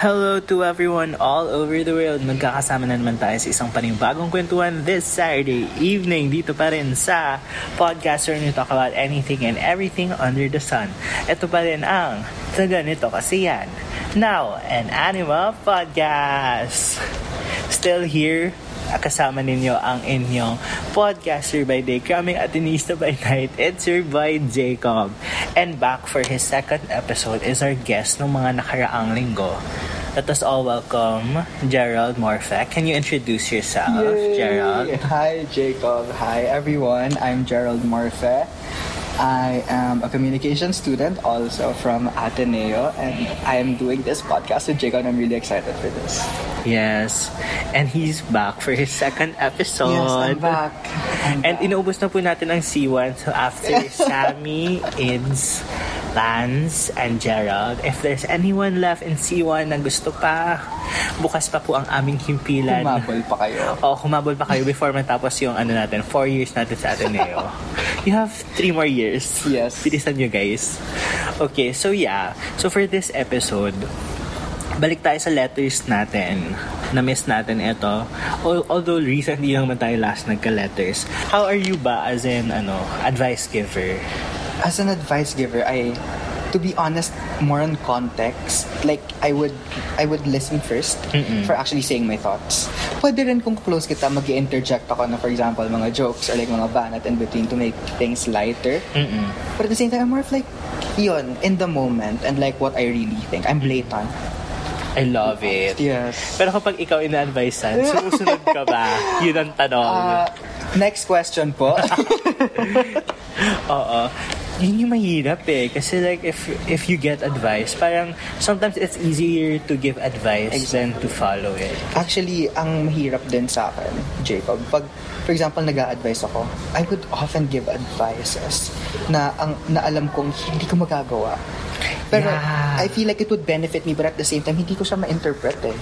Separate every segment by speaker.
Speaker 1: Hello to everyone all over the world. Magkakasama na naman tayo sa isang panibagong kwentuhan this Saturday evening dito pa rin sa podcast where we talk about anything and everything under the sun. Ito pa rin ang sa ganito kasi yan. Now, an Anima Podcast. Still here, kasama ninyo ang inyong podcaster by day, coming Atenista by night, it's your boy Jacob. And back for his second episode is our guest ng mga nakaraang linggo. Let us all welcome Gerald Morfek. Can you introduce yourself,
Speaker 2: Yay!
Speaker 1: Gerald?
Speaker 2: Hi, Jacob. Hi, everyone. I'm Gerald Morfe. I am a communication student also from Ateneo, and I am doing this podcast with Jacob. and I'm really excited for this.
Speaker 1: Yes. And he's back for his second episode.
Speaker 2: Yes, I'm back.
Speaker 1: Oh,
Speaker 2: I'm
Speaker 1: And
Speaker 2: back.
Speaker 1: inaubos na po natin ang C1. So after Sammy, Ids, Lance, and Gerald, if there's anyone left in C1 na gusto pa, bukas pa po ang aming himpilan.
Speaker 2: Humabol pa kayo.
Speaker 1: O Oh, humabol pa kayo before matapos yung ano natin, four years natin sa Ateneo. you have three more years.
Speaker 2: Yes.
Speaker 1: Bilisan nyo guys. Okay, so yeah. So for this episode, balik tayo sa letters natin. Na-miss natin ito. Al- Although recently lang naman tayo last nagka-letters. How are you ba as in, ano, advice giver?
Speaker 2: As an advice giver, I to be honest, more on context. Like I would I would listen 1st for actually saying my thoughts. Pwede rin kung close kita mag interject ako na for example mga jokes or like mga banat in between to make things lighter. But at the same time, I'm more of like yon in the moment and like what I really think. I'm blatant.
Speaker 1: I love it.
Speaker 2: Yes.
Speaker 1: Pero kapag ikaw ina-advisean, sumusunod ka ba? Yun ang tanong.
Speaker 2: Uh, next question po.
Speaker 1: Oo. Yun yung mahirap eh. Kasi like, if, if you get advice, parang sometimes it's easier to give advice than to follow it.
Speaker 2: Actually, ang mahirap din sa akin, Jacob, pag, for example, nag advise ako, I would often give advices na, ang, na alam kong hindi ko magagawa. Pero
Speaker 1: Yeah.
Speaker 2: I feel like it would benefit me, but at the same time, hindi ko siya ma-interpret eh.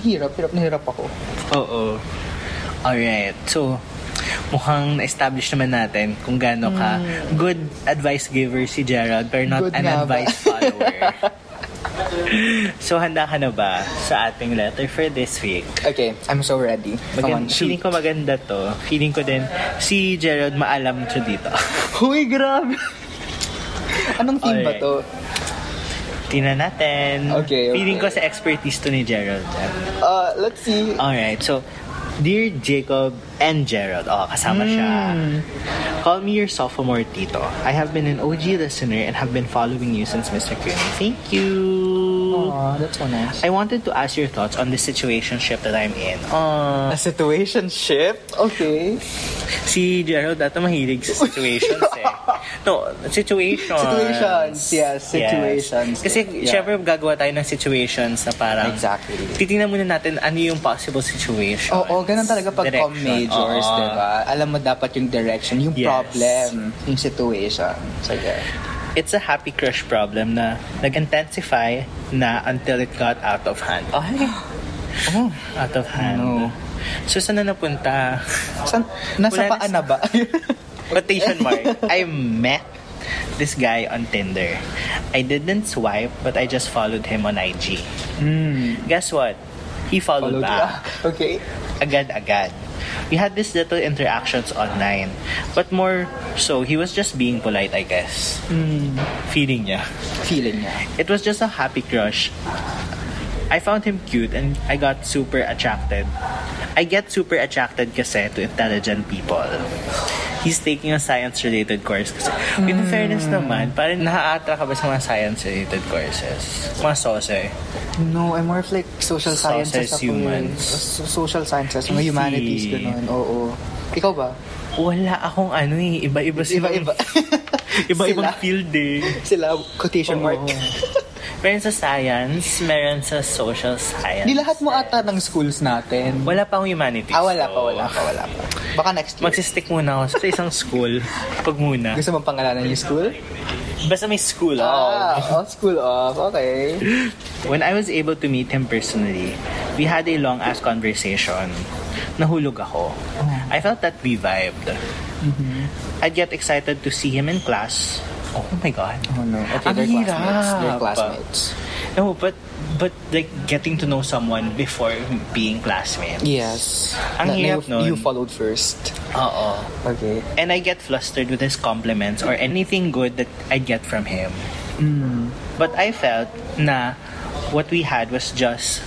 Speaker 2: Hirap, hirap na hirap ako.
Speaker 1: Oo. Alright. So, mukhang na-establish naman natin kung gaano ka good advice giver si Gerald pero not
Speaker 2: Hmm. Good
Speaker 1: an
Speaker 2: nga ba?
Speaker 1: advice follower. so, handa ka na ba sa ating letter for this week?
Speaker 2: Okay, I'm so ready. Come on,
Speaker 1: Maganda, feeling
Speaker 2: shoot.
Speaker 1: ko maganda to. Feeling ko din si Gerald maalam to dito.
Speaker 2: Huy, grabe! Anong theme ba
Speaker 1: Alright.
Speaker 2: to?
Speaker 1: Tingnan natin.
Speaker 2: Okay, okay.
Speaker 1: Feeling ko sa expertise to ni Gerald. ah.
Speaker 2: Uh, let's see.
Speaker 1: Alright, so, Dear Jacob and Gerald. Oh, kasama siya.
Speaker 2: Hmm.
Speaker 1: Call me your sophomore tito. I have been an OG listener and have been following you since Mr. Cooney. Thank you.
Speaker 2: Aw, Uh, that's so nice.
Speaker 1: I wanted to ask your thoughts on the situationship that I'm in.
Speaker 2: A
Speaker 1: Oh,
Speaker 2: situationship? Okay.
Speaker 1: si Gerald data mahilig sa situations eh. No, situations.
Speaker 2: Situations, yes, situations.
Speaker 1: Kasi
Speaker 2: Yeah.
Speaker 1: syempre gagawa tayo ng situations na parang
Speaker 2: Exactly.
Speaker 1: titingnan muna natin ano yung possible situation.
Speaker 2: Oo, ganun talaga pag com majors, diba?
Speaker 1: Oo.
Speaker 2: di ba? Alam mo dapat yung direction, yung
Speaker 1: Yes.
Speaker 2: problem, yung situation. Sige.
Speaker 1: It's a happy crush problem na nag-intensify na until it got out of hand.
Speaker 2: Ay! Oh,
Speaker 1: Out of hand.
Speaker 2: No.
Speaker 1: So, saan na napunta?
Speaker 2: san,
Speaker 1: Wala
Speaker 2: nasa
Speaker 1: na
Speaker 2: paan na ba?
Speaker 1: Quotation mark. I met this guy on Tinder. I didn't swipe, but I just followed him on IG. Guess what? He followed,
Speaker 2: Followed
Speaker 1: back.
Speaker 2: ka. Okay.
Speaker 1: agad-agad. We had these little interactions online. But more so, he was just being polite, I guess.
Speaker 2: Hmm.
Speaker 1: Feeling niya.
Speaker 2: Feeling niya.
Speaker 1: It was just a happy crush. I found him cute and I got super attracted. I get super attracted kasi to intelligent people. He's taking a science-related course kasi. In
Speaker 2: Hmm.
Speaker 1: fairness naman, parang nahaatra ka ba sa mga science-related courses? Mga sose.
Speaker 2: No, I'm more of like social sciences
Speaker 1: Sausage
Speaker 2: ako. eh.
Speaker 1: humans.
Speaker 2: So- Social sciences, mga
Speaker 1: Easy.
Speaker 2: humanities, ganun. Oo. Ikaw ba?
Speaker 1: Wala akong ano eh. Iba-iba silang...
Speaker 2: Iba-iba.
Speaker 1: Iba-ibang
Speaker 2: Sila.
Speaker 1: field eh.
Speaker 2: Sila, quotation mark.
Speaker 1: Oo. Meron sa science, meron sa social science.
Speaker 2: Di lahat mo ata ng schools natin.
Speaker 1: Wala pa akong humanities.
Speaker 2: Ah, wala pa,
Speaker 1: so-
Speaker 2: wala pa, wala pa. Baka next year.
Speaker 1: Magsistick muna ako sa isang school. Pag muna.
Speaker 2: Gusto mong pangalanan yung school?
Speaker 1: Basta may school. oo.
Speaker 2: Ah, oh, school off. Okay.
Speaker 1: When I was able to meet him personally, we had a long-ass conversation. nahulog ako.
Speaker 2: Ah.
Speaker 1: I felt that we vibed.
Speaker 2: Mm-hmm.
Speaker 1: I'd get excited to see him in class. Oh my God.
Speaker 2: Oh no. Okay,
Speaker 1: Ang
Speaker 2: they're classmates.
Speaker 1: hirap.
Speaker 2: They're classmates.
Speaker 1: No, but but like getting to know someone before being classmates.
Speaker 2: Yes.
Speaker 1: Ang hirap
Speaker 2: you, you
Speaker 1: nun.
Speaker 2: followed first.
Speaker 1: Oo.
Speaker 2: Okay.
Speaker 1: And I get flustered with his compliments or anything good that I get from him. But I felt na what we had was just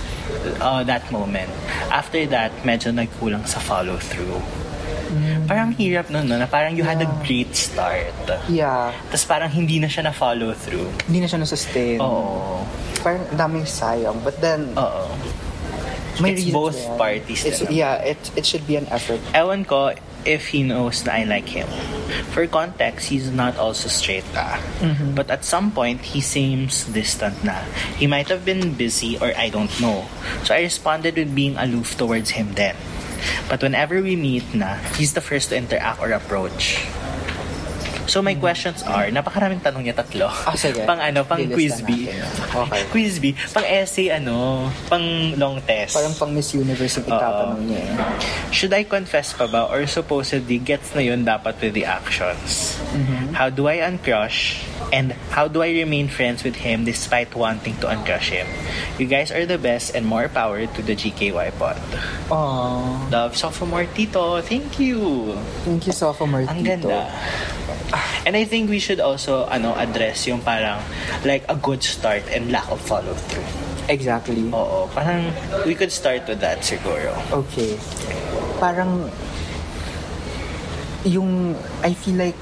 Speaker 1: uh, that moment. After that, medyo nagkulang sa follow-through. Parang hirap nun, no? Na parang you had a great start.
Speaker 2: Yeah.
Speaker 1: Tapos parang hindi na siya na-follow through.
Speaker 2: Hindi na siya nasustain.
Speaker 1: Oh. Oo.
Speaker 2: Parang ang daming sayang. But then,
Speaker 1: Oo. Oh,
Speaker 2: may
Speaker 1: It's
Speaker 2: reasons
Speaker 1: both
Speaker 2: yan.
Speaker 1: parties
Speaker 2: It's,
Speaker 1: talaga.
Speaker 2: yeah, it, it should be an effort.
Speaker 1: Ewan ko if he knows na I like him. For context, he's not also straight ah.
Speaker 2: Mm-hmm.
Speaker 1: But at some point, he seems distant na. He might have been busy or I don't know. So I responded with being aloof towards him then. But whenever we meet na, he's the first to interact or approach. So my questions are, napakaraming tanong niya tatlo.
Speaker 2: Mm. Ah, sige.
Speaker 1: Pang ano, pang quiz
Speaker 2: Lilistan
Speaker 1: B.
Speaker 2: natin. Okay.
Speaker 1: Quiz B. Pang essay ano, pang long test.
Speaker 2: Parang pang Miss Universe yung itatanong niya. eh.
Speaker 1: Should I confess pa ba or supposedly gets na yun dapat with the actions? How do I uncrush? And how do I remain friends with him despite wanting to uncrush him? You guys are the best and more power to the GKY pod.
Speaker 2: Aw.
Speaker 1: Love, sophomore Tito. Thank you.
Speaker 2: Thank you, Sophomore
Speaker 1: Ang
Speaker 2: Tito.
Speaker 1: ganda. And I think we should also ano address yung parang like a good start and lack of follow through.
Speaker 2: Exactly.
Speaker 1: Oo, parang we could start with that siguro.
Speaker 2: Okay. Parang yung I feel like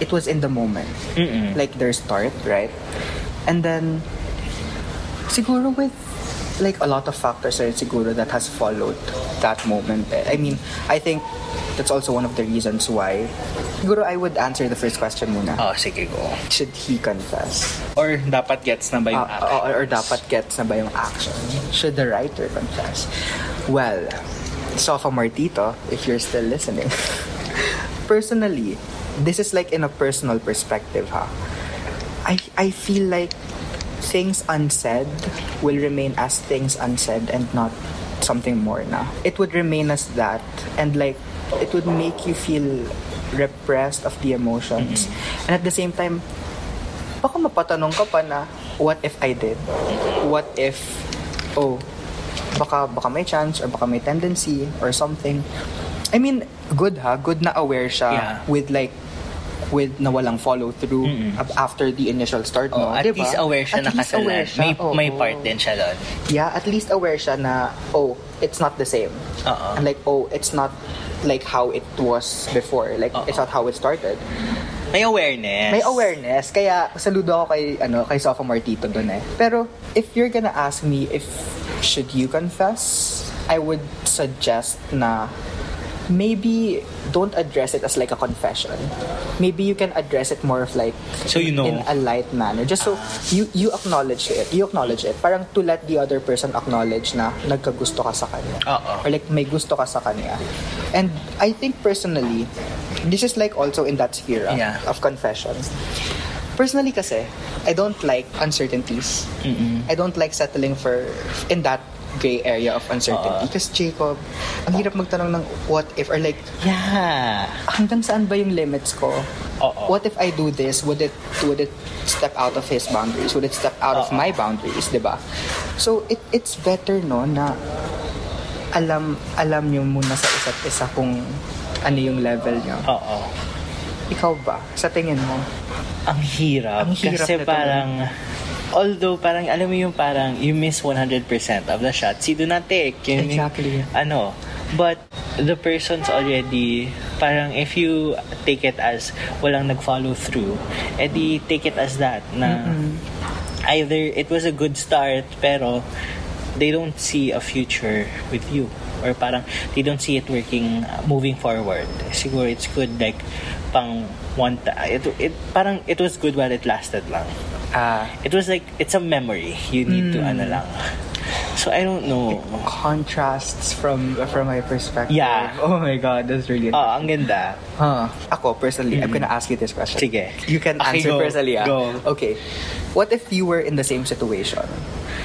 Speaker 2: it was in the moment.
Speaker 1: Mm-mm.
Speaker 2: Like their start, right? And then siguro with like a lot of factors right, siguro that has followed that moment. eh. I mean, I think that's also one of the reasons why. Siguro I would answer the first question muna.
Speaker 1: Oh, sige go.
Speaker 2: Should he confess?
Speaker 1: Or dapat gets na ba yung
Speaker 2: Ah,
Speaker 1: actions?
Speaker 2: or, or dapat gets na ba yung action? Should the writer confess? Well, sophomore tito, if you're still listening. Personally, this is like in a personal perspective, ha? I, I feel like things unsaid will remain as things unsaid and not something more na. It would remain as that and like it would make you feel repressed of the emotions. And at the same time, baka mapatanong ka pa na, what if I did?
Speaker 1: Mm-hmm.
Speaker 2: What if, oh, baka, baka may chance or baka may tendency or something. I mean, good ha, good na aware siya
Speaker 1: Yeah.
Speaker 2: with like, with na walang follow through after the initial start
Speaker 1: Oh,
Speaker 2: no,
Speaker 1: at
Speaker 2: diba?
Speaker 1: least aware siya
Speaker 2: At
Speaker 1: na
Speaker 2: least aware
Speaker 1: kasalan.
Speaker 2: siya,
Speaker 1: May,
Speaker 2: oo.
Speaker 1: may part din siya doon.
Speaker 2: Yeah, at least aware siya na, oh, it's not the same.
Speaker 1: Oo.
Speaker 2: And like, oh, it's not like how it was before. Like,
Speaker 1: Oo.
Speaker 2: it's not how it started.
Speaker 1: May awareness.
Speaker 2: May awareness. Kaya saludo ako kay ano kay sophomore tito doon eh. Pero if you're gonna ask me if should you confess, I would suggest na maybe don't address it as like a confession. Maybe you can address it more of like
Speaker 1: So you know.
Speaker 2: in a light manner. Just so you you acknowledge it. You acknowledge it. Parang to let the other person acknowledge na nagkagusto ka sa kanya.
Speaker 1: Oo.
Speaker 2: Or like may gusto ka sa kanya. And I think personally, this is like also in that sphere ah,
Speaker 1: Yeah.
Speaker 2: of confessions. Personally kasi, I don't like uncertainties. I don't like settling for in that gray area of uncertainty. Because Jacob, ang hirap magtanong ng what if or like
Speaker 1: Yeah.
Speaker 2: hanggang saan ba yung limits ko?
Speaker 1: Oo.
Speaker 2: What if I do this? Would it would it step out of his boundaries? Would it step out of my boundaries, 'di ba? So it it's better no na alam alam niyo muna sa isa't isa kung ano yung level niyo.
Speaker 1: Oo.
Speaker 2: Ikaw ba? Sa tingin mo?
Speaker 1: Ang hirap.
Speaker 2: Ang hirap
Speaker 1: kasi
Speaker 2: nito.
Speaker 1: parang, although parang, alam mo yung parang, you miss 100% of the shots. You do not take. Yun yung-
Speaker 2: Exactly.
Speaker 1: ano. But, the person's already, parang if you take it as walang nag-follow through, edi take it as that na either it was a good start pero they don't see a future with you or parang they don't see it working uh, moving forward siguro it's good like pang one ta- it, it parang it was good while it lasted lang
Speaker 2: Ah,
Speaker 1: it was like it's a memory you need to ano lang so I don't know
Speaker 2: contrasts from from my perspective.
Speaker 1: Yeah.
Speaker 2: Oh my god, that's really
Speaker 1: ah ang ganda
Speaker 2: Huh. Ako, personally, I'm gonna ask you this question.
Speaker 1: Mm-hmm. Sige.
Speaker 2: You can
Speaker 1: Okay, go.
Speaker 2: answer personally, ah.
Speaker 1: Go.
Speaker 2: Okay. What if you were in the same situation?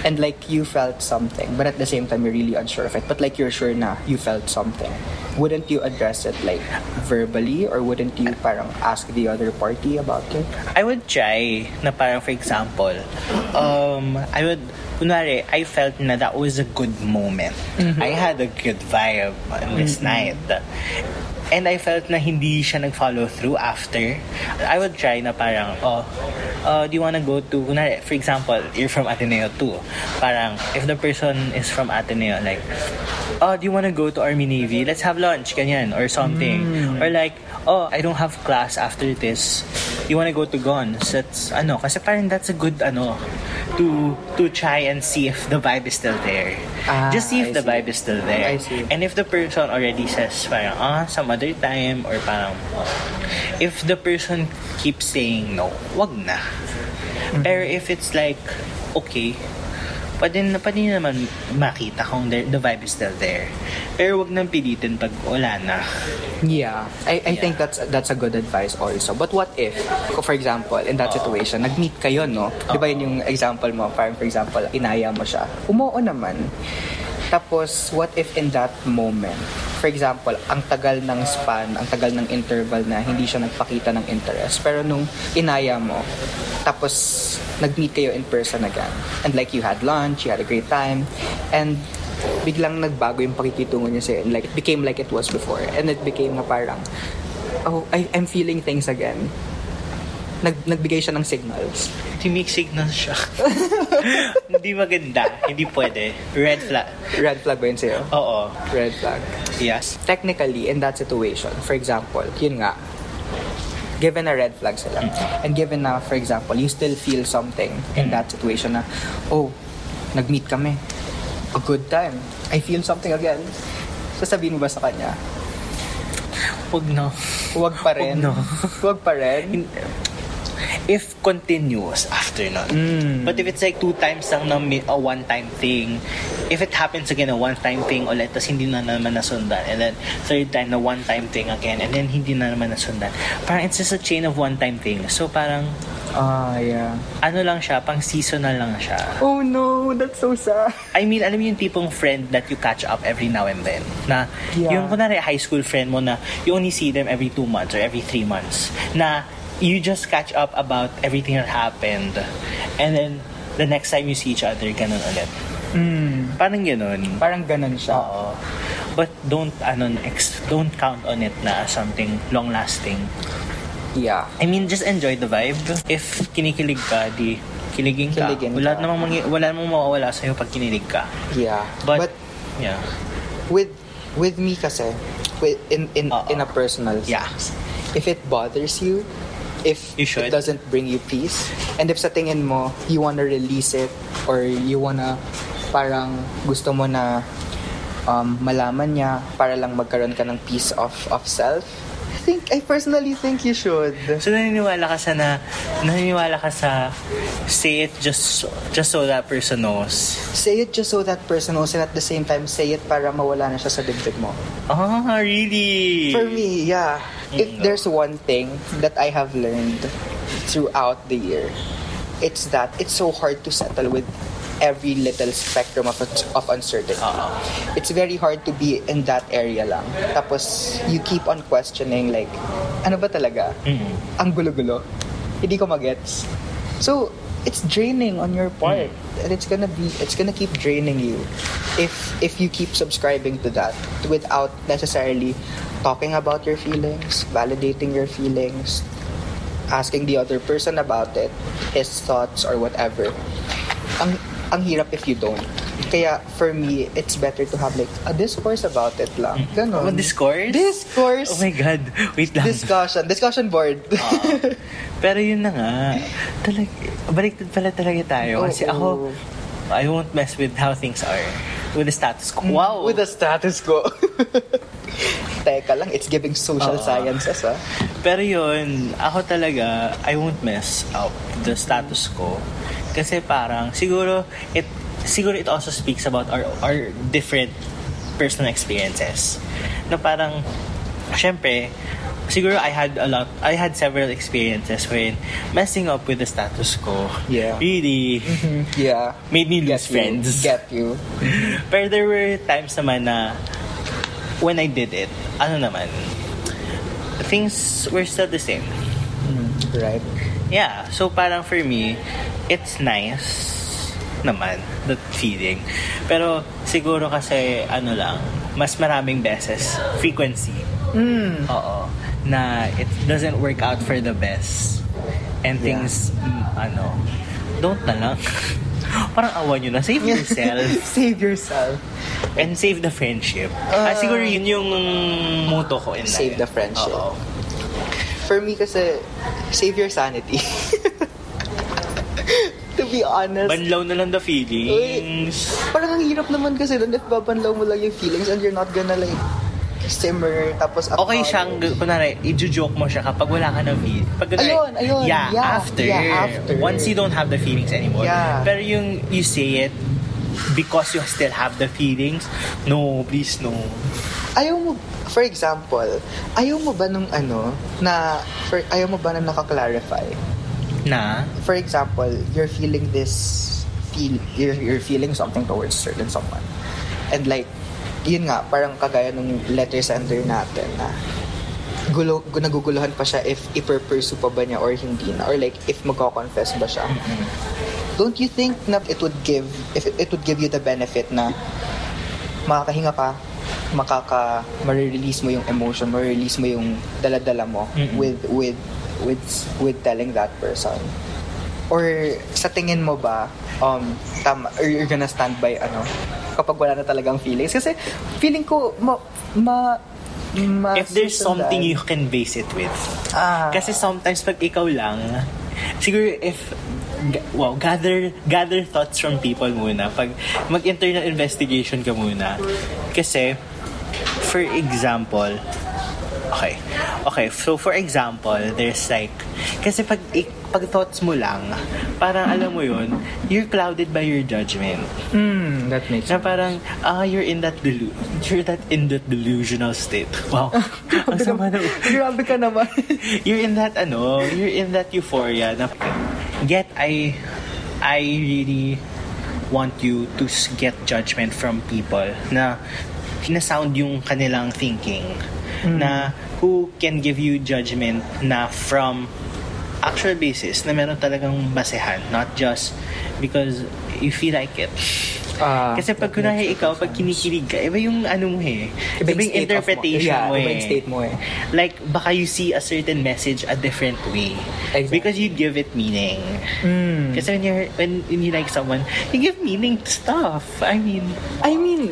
Speaker 2: And like you felt something, but at the same time you're really unsure of it. But like you're sure na you felt something. Wouldn't you address it like verbally or wouldn't you parang ask the other party about it?
Speaker 1: I would try na parang for example, um, I would, kunwari, I felt na that was a good moment. I had a good vibe on this night. And I felt na hindi siya nag-follow through after. I would try na parang, oh, uh, do you wanna go to, kunwari, for example, you're from Ateneo too. Parang, if the person is from Ateneo, like, oh, do you wanna go to Army Navy? Let's have lunch, ganyan, or something.
Speaker 2: Mm.
Speaker 1: Or like, oh, I don't have class after this. You wanna go to Gons? That's, ano, kasi parang that's a good, ano, to to try and see if the vibe is still there.
Speaker 2: Ah,
Speaker 1: Just see if
Speaker 2: I
Speaker 1: the
Speaker 2: see.
Speaker 1: vibe is still there.
Speaker 2: I see.
Speaker 1: And if the person already says parang, ah, some other time, or parang, "Oh." if the person keeps saying no, wag na.
Speaker 2: Mm-hmm.
Speaker 1: Pero if it's like, okay, pwede, na, pwede naman makita kung there, the vibe is still there. Pero wag nang pilitin pag wala na.
Speaker 2: Yeah, I, I
Speaker 1: Yeah.
Speaker 2: think that's that's a good advice also. But what if, for example, in that situation, nag-meet kayo, no? Di ba yun yung example mo? Parang for example, inaya mo siya. Umoo naman. Tapos, what if in that moment, for example, ang tagal ng span, ang tagal ng interval na hindi siya nagpakita ng interest. Pero nung inaya mo, tapos nag-meet kayo in person again. And like you had lunch, you had a great time. And biglang nagbago yung pakikitungo niya sa'yo. And like, it became like it was before. And it became na parang, oh, I, I'm feeling things again. Nag, nagbigay siya ng signals.
Speaker 1: Timig signal siya. Hindi maganda. Hindi pwede. Red flag.
Speaker 2: Red flag ba yun sa'yo?
Speaker 1: Oo.
Speaker 2: Red flag.
Speaker 1: Yes.
Speaker 2: Technically, in that situation, for example, yun nga, given a red flag sila, and given na, for example, you still feel something in that situation na, oh, nag-meet kami. A good time. I feel something again. Sasabihin mo ba sa kanya?
Speaker 1: Huwag na.
Speaker 2: Huwag pa rin.
Speaker 1: no.
Speaker 2: Huwag pa rin.
Speaker 1: In- If continuous after nun. But if it's like two times lang na mi- a one-time thing, if it happens again, a one-time thing ulit, tas hindi na naman nasundan, and then third time na one-time thing again, and then hindi na naman nasundan, parang it's just a chain of one-time thing. So parang,
Speaker 2: Ah, yeah.
Speaker 1: ano lang siya, pang seasonal lang siya.
Speaker 2: Oh no, that's so sad.
Speaker 1: I mean, alam mo yung tipong friend that you catch up every now and then. Na,
Speaker 2: Yeah.
Speaker 1: yung kunwari high school friend mo na you only see them every two months or every three months. Na you just catch up about everything that happened. And then, the next time you see each other, ganun ulit. Parang ganun.
Speaker 2: Hmm. Parang ganun siya.
Speaker 1: Oo. But don't, ano, ex- don't count on it na something long-lasting.
Speaker 2: Yeah.
Speaker 1: I mean, just enjoy the vibe. If kinikilig ka, di kiligin ka.
Speaker 2: Kiligin ka.
Speaker 1: wala namang mangi- wala namang mawawala sa'yo pag kinilig ka.
Speaker 2: Yeah.
Speaker 1: But, yeah.
Speaker 2: with with me kasi, with, in in
Speaker 1: Oo.
Speaker 2: in a personal
Speaker 1: Yeah.
Speaker 2: sense, if it bothers you, if
Speaker 1: You should.
Speaker 2: it doesn't bring you peace, and if sa tingin mo you wanna release it or you wanna parang gusto mo na um, malaman niya para lang magkaroon ka ng peace of of self, I think I personally think you should.
Speaker 1: So naniniwala ka sa na naniniwala ka sa say it just so, just so that person knows.
Speaker 2: Say it just so that person knows and at the same time say it para mawala na siya sa dibdib mo.
Speaker 1: Oh, really?
Speaker 2: For me, yeah. If
Speaker 1: Mm.
Speaker 2: there's one thing that I have learned throughout the year, it's that it's so hard to settle with every little spectrum of, of uncertainty.
Speaker 1: Oo.
Speaker 2: It's very hard to be in that area lang. Tapos, you keep on questioning like, ano ba talaga? Ang gulo-gulo. Hindi ko magets. So, it's draining on your part. And it's gonna be, it's gonna keep draining you if if you keep subscribing to that without necessarily talking about your feelings, validating your feelings, asking the other person about it, his thoughts or whatever. Ang ang hirap if you don't. Kaya for me, it's better to have like a discourse about it lang. Ganon.
Speaker 1: Oh, discourse?
Speaker 2: Discourse.
Speaker 1: Oh my god. Ah. Wait lang.
Speaker 2: discussion. Discussion board.
Speaker 1: Pero yun na nga. Talag baliktad pala talaga tayo kasi
Speaker 2: Oo.
Speaker 1: ako I won't mess with how things are with the status quo. Wow.
Speaker 2: With the status quo. Teka lang, it's giving social
Speaker 1: Oo.
Speaker 2: sciences ah.
Speaker 1: Pero yun, ako talaga, I won't mess up the status ko. Kasi parang, siguro, it, siguro it also speaks about our, our different personal experiences. Na parang, syempre, siguro I had a lot, I had several experiences when messing up with the status quo
Speaker 2: Yeah.
Speaker 1: really
Speaker 2: Yeah.
Speaker 1: made me
Speaker 2: Get
Speaker 1: lose friends.
Speaker 2: You. Get you.
Speaker 1: Pero there were times naman na when I did it, ano naman, things were still the same.
Speaker 2: Right.
Speaker 1: Yeah, so parang for me, it's nice naman, that feeling. Pero siguro kasi, ano lang, mas maraming beses, frequency.
Speaker 2: Hmm.
Speaker 1: Oo. Na it doesn't work out for the best. And
Speaker 2: Yeah.
Speaker 1: things, mm, ano, don't na lang. parang awan nyo na, save yourself.
Speaker 2: Save yourself.
Speaker 1: And save the friendship. Ah, siguro yun yung motto ko in life.
Speaker 2: Uh, Save the friendship.
Speaker 1: Oo.
Speaker 2: For me kasi, save your sanity. to be honest.
Speaker 1: Banlaw na lang the feelings.
Speaker 2: parang ang hirap naman kasi doon if babanlaw mo lang yung feelings and you're not gonna like simmer tapos
Speaker 1: Okay
Speaker 2: acknowledge.
Speaker 1: siyang, kunwari, i-joke mo siya kapag wala ka ng feel. Pag, kunwari,
Speaker 2: Ayun, ayun.
Speaker 1: Yeah,
Speaker 2: Yeah,
Speaker 1: after.
Speaker 2: yeah, after.
Speaker 1: Once you don't have the feelings anymore.
Speaker 2: Yeah.
Speaker 1: Pero yung you say it because you still have the feelings, no, please no.
Speaker 2: ayaw mo for example ayaw mo ba nung ano na for, ayaw mo ba na naka-clarify
Speaker 1: Na,
Speaker 2: for example you're feeling this feel you're, you're feeling something towards certain someone and like yun nga parang kagaya nung letter sender natin na gulo, gu- naguguluhan pa siya if iperpursue pa ba niya or hindi na or like if magko-confess ba siya don't you think na it would give if it would give you the benefit na makakahinga ka makaka marirelease mo yung emotion marirelease mo yung daladala mo
Speaker 1: Mm-mm.
Speaker 2: with with with with telling that person or sa tingin mo ba um tama or you're gonna stand by ano kapag wala na talagang feelings kasi feeling ko ma, ma, ma-
Speaker 1: if there's something
Speaker 2: Ah, susundan.
Speaker 1: you can base it with,
Speaker 2: ah,
Speaker 1: Kasi sometimes pag ikaw lang, siguro if ga- wow, gather gather thoughts from people muna. Pag mag-internal investigation ka muna. Kasi for example, okay. Okay, so for example, there's like kasi pag i- pag thoughts mo lang, parang alam mo 'yun, you're clouded by your judgment.
Speaker 2: mm, that makes
Speaker 1: Na parang, ah, you're in that delu- you're that in that delusional state. Wow. Ang sama na.
Speaker 2: grabe ka naman
Speaker 1: you're in that ano, you're in that euphoria na get I I really want you to s- get judgment from people na hinasound yung kanilang thinking
Speaker 2: Hmm.
Speaker 1: na who can give you judgment na from actual basis na meron talagang basehan not just because you feel like it
Speaker 2: Ah,
Speaker 1: kasi pag
Speaker 2: that
Speaker 1: kunwari
Speaker 2: makes
Speaker 1: ikaw pag kinikilig ka iba yung ano mo eh iba yung
Speaker 2: state of
Speaker 1: interpretation
Speaker 2: yeah,
Speaker 1: mo eh
Speaker 2: iba yung state mo eh
Speaker 1: like baka you see a certain message a different way
Speaker 2: Exactly. Hmm.
Speaker 1: because you give it meaning because when you're when, when you like someone you give meaning to stuff i mean
Speaker 2: I mean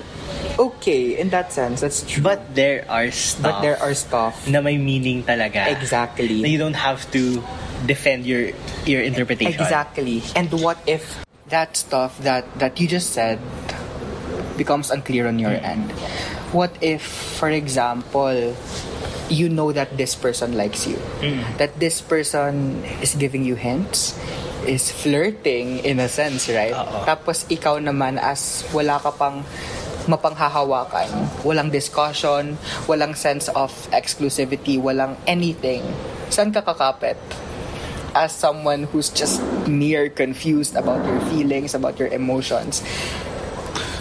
Speaker 2: okay in that sense that's true
Speaker 1: but there are stuff
Speaker 2: but there are stuff
Speaker 1: na may meaning talaga
Speaker 2: Exactly.
Speaker 1: na you don't have to defend your your interpretation
Speaker 2: Exactly. And what if that stuff that that you just said becomes unclear on your end? What if, for example, you know that this person likes you, that this person is giving you hints, is flirting in a sense, right?
Speaker 1: Oo.
Speaker 2: Tapos ikaw naman as wala ka pang mapanghahawakan, walang discussion, walang sense of exclusivity, walang anything. Saan ka kakapit? as someone who's just near confused about your feelings, about your emotions.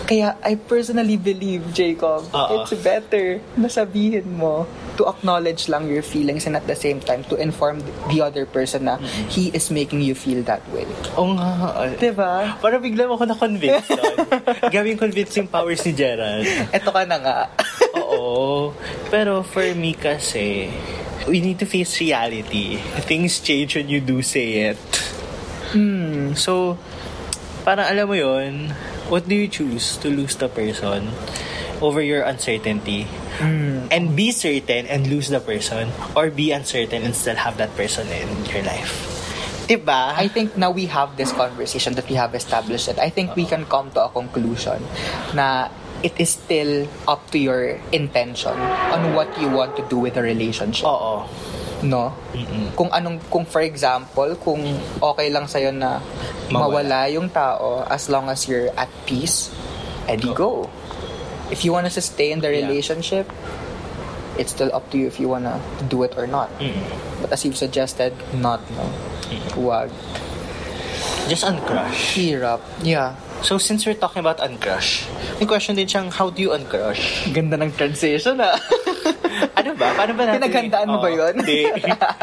Speaker 2: Kaya I personally believe, Jacob,
Speaker 1: Oo.
Speaker 2: it's better na sabihin mo to acknowledge lang your feelings and at the same time to inform the other person na he is making you feel that way.
Speaker 1: oh nga
Speaker 2: Diba?
Speaker 1: para bigla ako na convince doon. Gawing convincing powers ni Gerald.
Speaker 2: Eto ka na nga.
Speaker 1: Oo. Pero for me kasi, we need to face reality. Things change when you do say it. Hmm, So, parang alam mo yon what do you choose to lose the person over your uncertainty? And be certain and lose the person or be uncertain and still have that person in your life. Diba?
Speaker 2: I think now we have this conversation that we have established it. I think we can come to a conclusion na it is still up to your intention on what you want to do with a relationship.
Speaker 1: Oo.
Speaker 2: no? Kung anong kung for example, kung okay lang sa'yo na
Speaker 1: Mawala.
Speaker 2: mawala, yung tao as long as you're at peace, edi go. If you want to stay in the
Speaker 1: Yeah.
Speaker 2: relationship, it's still up to you if you wanna do it or not. But as you've suggested, not no. Wag.
Speaker 1: Just uncrush.
Speaker 2: Hirap. Yeah.
Speaker 1: So since we're talking about uncrush, may question din siyang, how do you uncrush?
Speaker 2: Ganda ng transition ah.
Speaker 1: Ano ba? Paano ba natin?
Speaker 2: Pinaghandaan mo ba
Speaker 1: Oo,
Speaker 2: yun?
Speaker 1: Hindi.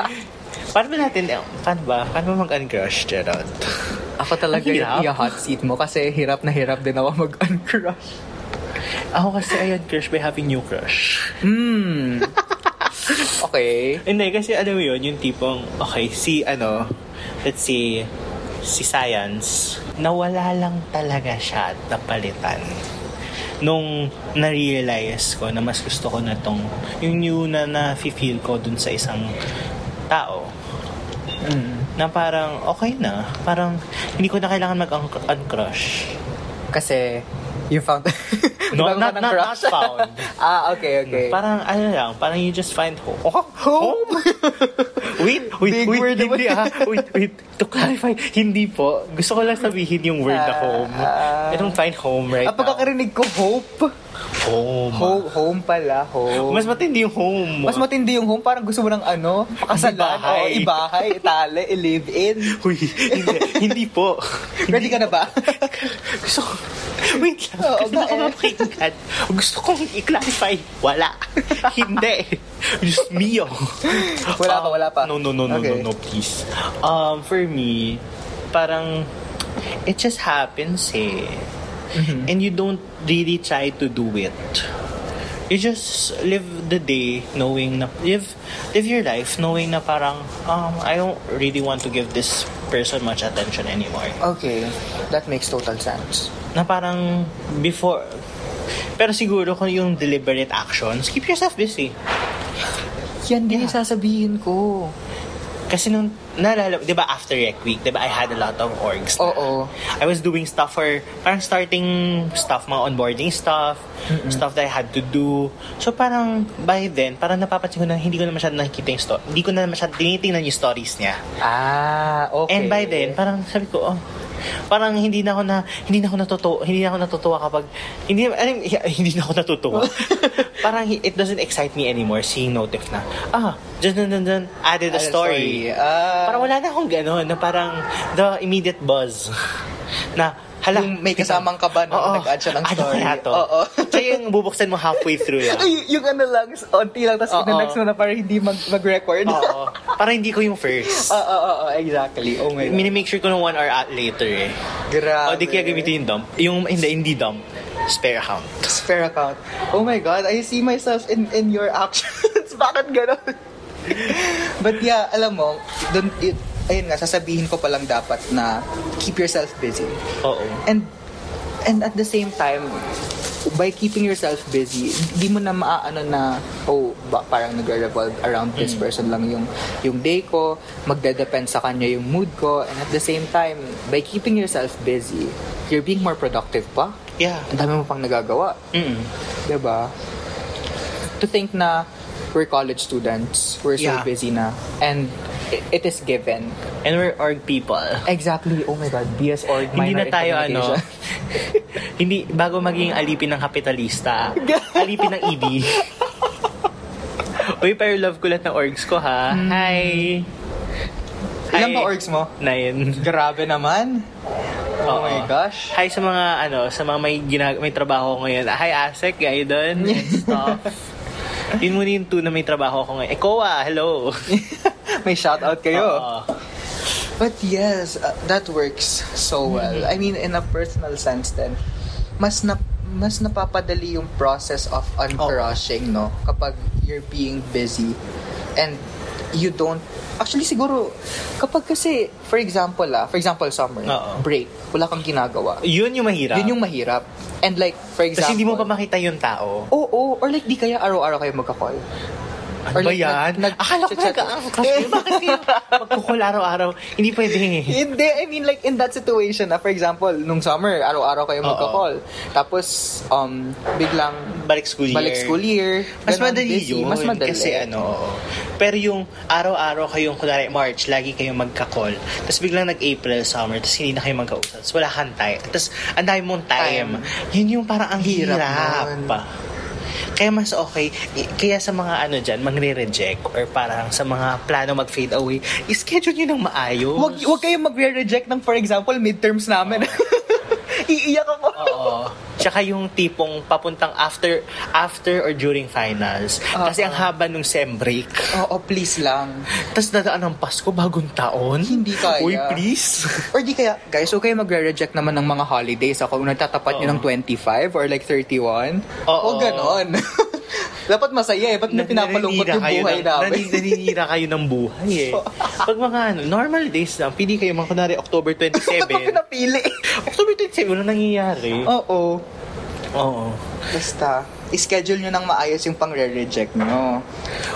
Speaker 1: paano ba natin, eh, paano ba? Paano ba mag-uncrush, Gerald?
Speaker 2: Ako talaga
Speaker 1: Ang hirap.
Speaker 2: yung hot seat mo kasi hirap na hirap din ako mag-uncrush.
Speaker 1: Ako kasi I uncrush by having new crush.
Speaker 2: Hmm. okay.
Speaker 1: Hindi, kasi alam mo yun, yung tipong, okay, si ano, let's see, si Science, nawala lang talaga siya at napalitan. Nung na-realize ko na mas gusto ko na tong, yung new na na-feel ko dun sa isang tao,
Speaker 2: Hmm.
Speaker 1: na parang okay na. Parang hindi ko na kailangan mag-uncrush.
Speaker 2: Kasi you found...
Speaker 1: No,
Speaker 2: Bago
Speaker 1: not-
Speaker 2: ka ng
Speaker 1: not-
Speaker 2: crush.
Speaker 1: not found.
Speaker 2: ah, okay, okay.
Speaker 1: Parang ano lang, parang you just find hope.
Speaker 2: home?
Speaker 1: Wait, wait,
Speaker 2: Big
Speaker 1: wait,
Speaker 2: word
Speaker 1: hindi
Speaker 2: naman.
Speaker 1: ah. Wait, wait. To clarify, hindi po. Gusto ko lang sabihin yung word na
Speaker 2: Ah,
Speaker 1: home.
Speaker 2: ah.
Speaker 1: I don't find home right
Speaker 2: Ang
Speaker 1: now.
Speaker 2: pagkakarinig ko, hope.
Speaker 1: Home.
Speaker 2: Home, home pala, home.
Speaker 1: Mas matindi yung home.
Speaker 2: Mas matindi yung home, parang gusto mo ng ano, pakasalan,
Speaker 1: Ibahay.
Speaker 2: o ibahay, itali, i-live in.
Speaker 1: Uy, hindi, hindi po.
Speaker 2: Ready ka na ba?
Speaker 1: Gusto ko, wait lang,
Speaker 2: Oo,
Speaker 1: gusto ko
Speaker 2: ba eh?
Speaker 1: mapakinggan. Gusto kong i-clarify, wala. hindi. Just mio.
Speaker 2: Wala pa,
Speaker 1: Um,
Speaker 2: wala pa.
Speaker 1: No, no, no, no,
Speaker 2: Okay.
Speaker 1: no, no, please. Um, for me, parang, it just happens eh.
Speaker 2: Mm-hmm.
Speaker 1: And you don't really try to do it. You just live the day knowing na, live, live your life knowing na parang, um, I don't really want to give this person much attention anymore
Speaker 2: okay, that makes total sense.
Speaker 1: na parang before pero siguro kung yung deliberate actions keep yourself busy
Speaker 2: Yan din yung sasabihin ko.
Speaker 1: kasi nung naalala di ba after rec week di ba I had a lot of orgs na.
Speaker 2: Oo.
Speaker 1: I was doing stuff for parang starting stuff mga onboarding stuff stuff that I had to do so parang by then parang napapansin ko na hindi ko na masyadong nakikita yung story hindi ko na masyadong tinitingnan yung stories niya
Speaker 2: Ah,
Speaker 1: And
Speaker 2: okay.
Speaker 1: by then, parang sabi ko, oh, parang hindi na ako na hindi na ako natutuwa, hindi na ako natutuwa kapag hindi I mean, hindi na ako natutuwa. parang hi- it doesn't excite me anymore seeing notif na. Ah, just dun, dun, dun, added a
Speaker 2: Added
Speaker 1: story. Uh,
Speaker 2: story. Ah.
Speaker 1: parang wala na akong gano'n na parang the immediate buzz na hala,
Speaker 2: Yung may kasamang ka ba nung
Speaker 1: Diba? Oo.
Speaker 2: nag-add siya ng
Speaker 1: Ano
Speaker 2: story?
Speaker 1: kaya to?
Speaker 2: Oo.
Speaker 1: Tsaka yung bubuksan mo halfway through ah. lang.
Speaker 2: Ay, yung ano lang, onti lang, tapos
Speaker 1: Oo.
Speaker 2: kinalax mo na para hindi mag- mag-record.
Speaker 1: Oo. Parang hindi ko yung first.
Speaker 2: Oo, oo, oo, exactly. Oh my God.
Speaker 1: Minimake sure ko ng one hour out later eh.
Speaker 2: Grabe.
Speaker 1: O di kaya gamitin yung dump. Yung hindi, hindi dump. Spare account.
Speaker 2: Spare account. Oh my God, I see myself in in your actions. Bakit ganon? But yeah, alam mo, dun, it, ayun nga, sasabihin ko palang dapat na keep yourself busy.
Speaker 1: Oo.
Speaker 2: And and at the same time, by keeping yourself busy, di mo na maaano na, oh, ba, parang nagre-revolve around this
Speaker 1: Mm.
Speaker 2: person lang yung, yung day ko, magdadepend sa kanya yung mood ko, and at the same time, by keeping yourself busy, you're being more productive pa.
Speaker 1: Yeah.
Speaker 2: Ang dami mo pang nagagawa.
Speaker 1: Mm.
Speaker 2: 'Di ba? To think na we're college students, we're so
Speaker 1: Yeah.
Speaker 2: busy na, and i- it is given.
Speaker 1: And we're org people.
Speaker 2: Exactly, oh my God, BS org
Speaker 1: Hindi na
Speaker 2: minor in
Speaker 1: tayo ano.
Speaker 2: communication.
Speaker 1: hindi, bago maging alipin ng kapitalista, alipin ng EB. Uy, pero love ko lahat ng orgs ko ha. Hi.
Speaker 2: Hmm. Ilan
Speaker 1: Hi.
Speaker 2: ba orgs mo?
Speaker 1: Nine.
Speaker 2: Grabe naman.
Speaker 1: Oo.
Speaker 2: Oh my gosh.
Speaker 1: Hi sa mga ano, sa mga may ginag may trabaho ko ngayon. Hi Asek, Gaidon, and stuff. Yun muna yung two na may trabaho ko ngayon. Ekoa, hello. Ah.
Speaker 2: May shout out kayo.
Speaker 1: Oo.
Speaker 2: But yes, uh, that works so
Speaker 1: Mm-hmm.
Speaker 2: well. I mean, in a personal sense then, mas na mas napapadali yung process of uncrushing, no? Kapag you're being busy and you don't Actually, siguro, kapag kasi, for example ah, for example, summer,
Speaker 1: Oo.
Speaker 2: break, wala kang ginagawa.
Speaker 1: Yun yung mahirap.
Speaker 2: Yun yung mahirap. And like, for example,
Speaker 1: Kasi hindi mo pa makita yung tao.
Speaker 2: Oo, or like, di kaya araw-araw kayo magka-call.
Speaker 1: Ano
Speaker 2: Or
Speaker 1: ba
Speaker 2: like,
Speaker 1: yan?
Speaker 2: nag- nag-
Speaker 1: Akala ko
Speaker 2: chat-
Speaker 1: talaga ang crush mo. Bakit kayo magkukul araw-araw? Hindi pwede.
Speaker 2: Hindi, I mean like in that situation, na for example, nung summer, araw-araw kayo
Speaker 1: Oo.
Speaker 2: magka-call. Tapos, um, biglang
Speaker 1: Balik school year.
Speaker 2: balik school year.
Speaker 1: Mas
Speaker 2: ganun,
Speaker 1: madali
Speaker 2: busy,
Speaker 1: yun.
Speaker 2: Mas madali.
Speaker 1: Kasi ano, oo. Pero yung araw-araw kayong, kunwari March, lagi kayong magka-call. Tapos biglang nag-April, summer, tapos hindi na kayo magkausap. Tapos wala kang time. Tapos ang dami mong time. Yun yung parang ang hirap.
Speaker 2: Hirap
Speaker 1: hirap.
Speaker 2: nun.
Speaker 1: Kaya mas okay, i- kaya sa mga ano dyan, magre-reject or parang sa mga plano mag-fade away, ischedule nyo ng maayos.
Speaker 2: Wag, wag kayo magre-reject ng, for example, midterms namin. Iiyak ako.
Speaker 1: Oo. Tsaka yung tipong papuntang after after or during finals. Kasi ang haba nung sem break.
Speaker 2: Oo, oh, please lang.
Speaker 1: Tapos dadaan ang Pasko, bagong taon.
Speaker 2: Hindi kaya.
Speaker 1: Uy, please.
Speaker 2: Or di kaya, guys, okay magre-reject naman ng mga holidays. Ako, kung nagtatapat nyo ng 25 or like 31.
Speaker 1: Oo.
Speaker 2: O ganon. Dapat masaya eh. Ba't na pinapalungkot
Speaker 1: Naninira
Speaker 2: yung
Speaker 1: kayo
Speaker 2: buhay
Speaker 1: ng-
Speaker 2: namin?
Speaker 1: nanin- Naninira kayo ng buhay eh. Pag mga ano, normal days lang, pili kayo mga kunwari October
Speaker 2: Ba't mo
Speaker 1: 27.
Speaker 2: pinapili?
Speaker 1: October 27, wala nangyayari.
Speaker 2: Oh. Oo.
Speaker 1: Oo.
Speaker 2: Basta, schedule nyo ng maayos yung pang-reject nyo.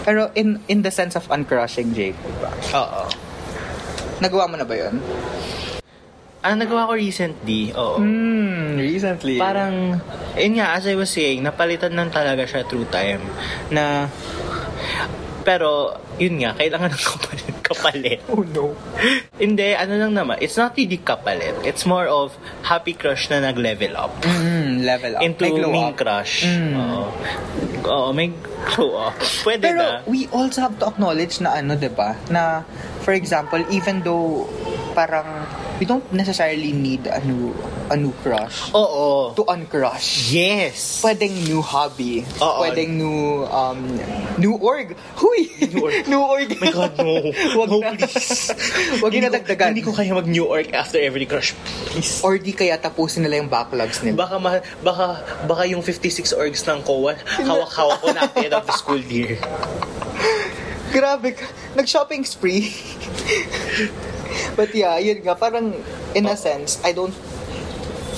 Speaker 2: Pero in in the sense of uncrushing, Jake, diba?
Speaker 1: Oo.
Speaker 2: Nagawa mo na ba yun?
Speaker 1: Ang nagawa ko recently, oo.
Speaker 2: Hmm, recently.
Speaker 1: Parang, yun nga, as I was saying, napalitan lang talaga siya through time. Na, pero, yun nga, kailangan ng kapalit. kapalit.
Speaker 2: oh no.
Speaker 1: Hindi, ano lang naman, it's not really kapalit. It's more of happy crush na nag-level up.
Speaker 2: Mm, level up.
Speaker 1: Into
Speaker 2: Ay, glow
Speaker 1: mean
Speaker 2: up.
Speaker 1: crush.
Speaker 2: Mm.
Speaker 1: Oo. Oo, may glow up. Pwede
Speaker 2: Pero
Speaker 1: na.
Speaker 2: we also have to acknowledge na ano, 'di ba? Na for example, even though parang we don't necessarily need a new a new crush
Speaker 1: Oo.
Speaker 2: to uncrush.
Speaker 1: Yes.
Speaker 2: Pwedeng new hobby.
Speaker 1: Oo.
Speaker 2: Pwedeng new um new org. Huy.
Speaker 1: New org.
Speaker 2: new org.
Speaker 1: My God, no.
Speaker 2: Wag
Speaker 1: no,
Speaker 2: na.
Speaker 1: please.
Speaker 2: Wag
Speaker 1: Hindi
Speaker 2: na
Speaker 1: ko-
Speaker 2: dagdagan.
Speaker 1: Hindi ko kaya mag-New York after every crush. Please.
Speaker 2: Or di kaya tapusin nila yung backlogs nila.
Speaker 1: Baka, ma- baka, baka yung 56 orgs ng COA, hawak-hawak ko na at the end of the school year.
Speaker 2: Grabe, ka. nag-shopping spree. But yeah, yun nga, parang in
Speaker 1: Oh.
Speaker 2: a sense, I don't,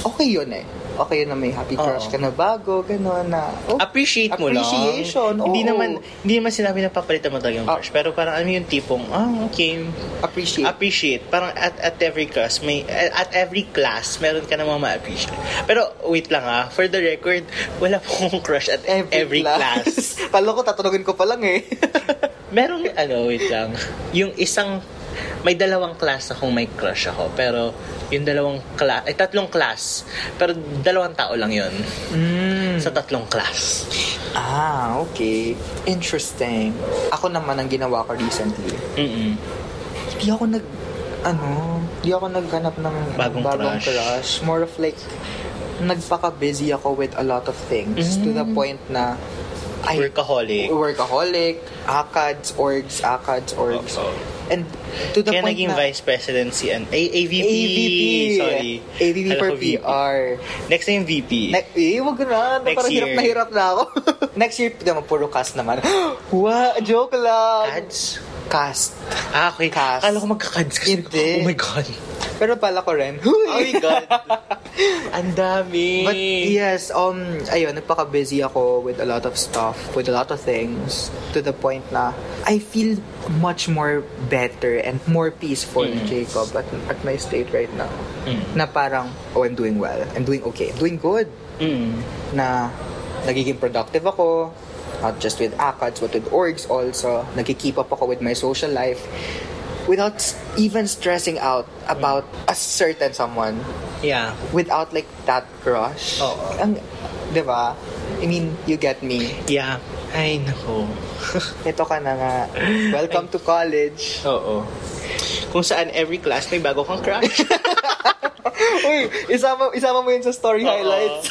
Speaker 2: okay yun eh. Okay yun na may happy crush
Speaker 1: Oo.
Speaker 2: ka na bago, gano'n na. Oh,
Speaker 1: Oh. Appreciate mo
Speaker 2: Appreciation,
Speaker 1: lang. Hindi
Speaker 2: oo.
Speaker 1: naman, hindi naman sinabi na papalitan mo talaga yung
Speaker 2: Ah.
Speaker 1: crush. Pero parang ano yung tipong, ah, okay.
Speaker 2: appreciate.
Speaker 1: Appreciate. Parang at, at every class, may, at every class, meron ka namang ma-appreciate. Pero wait lang ah, for the record, wala po akong crush at every, class.
Speaker 2: Kala ko, tatanungin ko pa lang eh.
Speaker 1: Merong, ano, wait lang. Yung isang, may dalawang class akong may crush ako. Pero, yung dalawang class, ay tatlong class. Pero dalawang tao lang yun.
Speaker 2: Hmm.
Speaker 1: Sa tatlong class.
Speaker 2: Mm. Ah, okay. Interesting. Ako naman ang ginawa ko recently.
Speaker 1: Mm-mm.
Speaker 2: Di ako nag, ano, di ako naghanap ng
Speaker 1: Bagong crush.
Speaker 2: crush. More of like, nagpaka-busy ako with a lot of things to the point na, ay,
Speaker 1: Mm. Workaholic.
Speaker 2: workaholic, ACADS, orgs, ACADS, orgs.
Speaker 1: Oo.
Speaker 2: And to the
Speaker 1: Kaya
Speaker 2: point
Speaker 1: naging
Speaker 2: na,
Speaker 1: vice president si an A- AVP.
Speaker 2: AVP.
Speaker 1: Sorry.
Speaker 2: AVP
Speaker 1: Alam
Speaker 2: for
Speaker 1: ko VP.
Speaker 2: PR.
Speaker 1: Next time VP.
Speaker 2: Ne- eh, wag na.
Speaker 1: Next
Speaker 2: Parang hirap
Speaker 1: year.
Speaker 2: na hirap na ako. Next year, naman, puro cast naman. wow, joke lang.
Speaker 1: Ads?
Speaker 2: Cast.
Speaker 1: Ah, okay.
Speaker 2: Cast.
Speaker 1: Akala ko magka-ads kasi.
Speaker 2: Hindi.
Speaker 1: Oh my God.
Speaker 2: Pero pala ko rin.
Speaker 1: Oh my God. Ang dami.
Speaker 2: But
Speaker 1: eh.
Speaker 2: yes, um, ayun, nagpaka-busy ako with a lot of stuff, with a lot of things, to the point na I feel much more better and more peaceful,
Speaker 1: Mm.
Speaker 2: Jacob, at, at my state right now. Na parang, oh, I'm doing well. I'm doing okay. I'm doing good.
Speaker 1: Mm.
Speaker 2: Na nagiging productive ako, not just with ACADS, but with orgs also. Nagki-keep up ako with my social life without s- even stressing out about a certain someone
Speaker 1: Yeah.
Speaker 2: without like that crush.
Speaker 1: Oo.
Speaker 2: Ang, 'di ba? I mean, you get me.
Speaker 1: Yeah. Ay, nako.
Speaker 2: Ito ka na nga. Welcome to college.
Speaker 1: Oo. Kung saan every class may bago kang crush.
Speaker 2: Uy, isama, isama mo yun sa story
Speaker 1: Oo.
Speaker 2: highlights.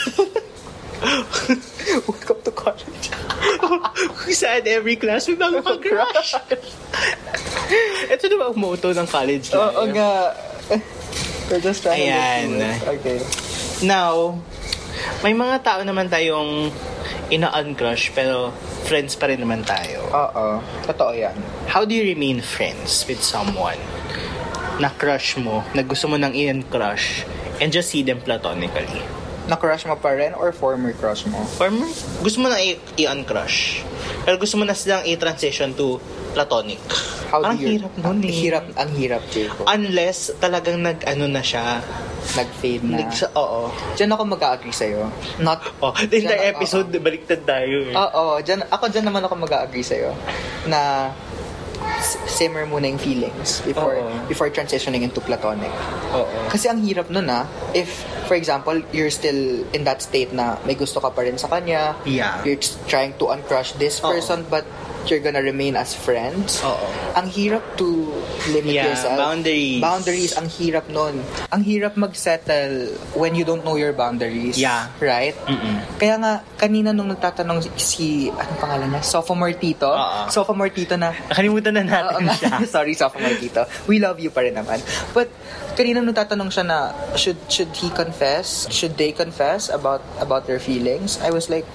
Speaker 2: Welcome to college.
Speaker 1: Kung saan every class may bago kang crush. Ito na ba ang motto ng college life?
Speaker 2: Oo nga. We're just trying
Speaker 1: Ayan.
Speaker 2: to make you- Okay.
Speaker 1: Now, may mga tao naman tayong ina-uncrush pero friends pa rin naman tayo.
Speaker 2: Oo. Totoo yan.
Speaker 1: How do you remain friends with someone na crush mo, na gusto mo nang i-uncrush and just see them platonically?
Speaker 2: Na-crush mo pa rin or former crush mo?
Speaker 1: Or may- gusto mo na i- i-uncrush pero gusto mo na silang i-transition to platonic.
Speaker 2: How
Speaker 1: Ang
Speaker 2: do you...
Speaker 1: hirap nun eh.
Speaker 2: Ang hirap, ang hirap, Jacob.
Speaker 1: Unless talagang nag-ano na siya.
Speaker 2: Nag-fade na.
Speaker 1: Nag, sa, oo.
Speaker 2: Diyan ako mag-agree sa'yo. Not...
Speaker 1: Oh, the
Speaker 2: Diyan
Speaker 1: entire
Speaker 2: ako- Ah,
Speaker 1: episode, baliktad tayo eh.
Speaker 2: Oo, dyan, ako dyan naman ako mag-agree sa'yo na s- simmer muna yung feelings before
Speaker 1: Oo.
Speaker 2: before transitioning into platonic.
Speaker 1: Oo.
Speaker 2: Kasi ang hirap nun ah, if, for example, you're still in that state na may gusto ka pa rin sa kanya,
Speaker 1: Yeah.
Speaker 2: you're just trying to uncrush this
Speaker 1: Oo.
Speaker 2: person, but you're gonna remain as friends.
Speaker 1: Oo.
Speaker 2: Ang hirap to limit
Speaker 1: Yeah,
Speaker 2: yourself.
Speaker 1: boundaries.
Speaker 2: Boundaries, ang hirap nun. Ang hirap mag-settle when you don't know your boundaries.
Speaker 1: Yeah.
Speaker 2: Right? Kaya nga, kanina nung nagtatanong si, ano pangalan niya? Sophomore Tito?
Speaker 1: Oo.
Speaker 2: Sophomore Tito na,
Speaker 1: Nakalimutan na natin
Speaker 2: Oo,
Speaker 1: siya.
Speaker 2: Sorry, sophomore dito. We love you pa rin naman. But kanina nung tatanong siya na should should he confess? Should they confess about about their feelings? I was like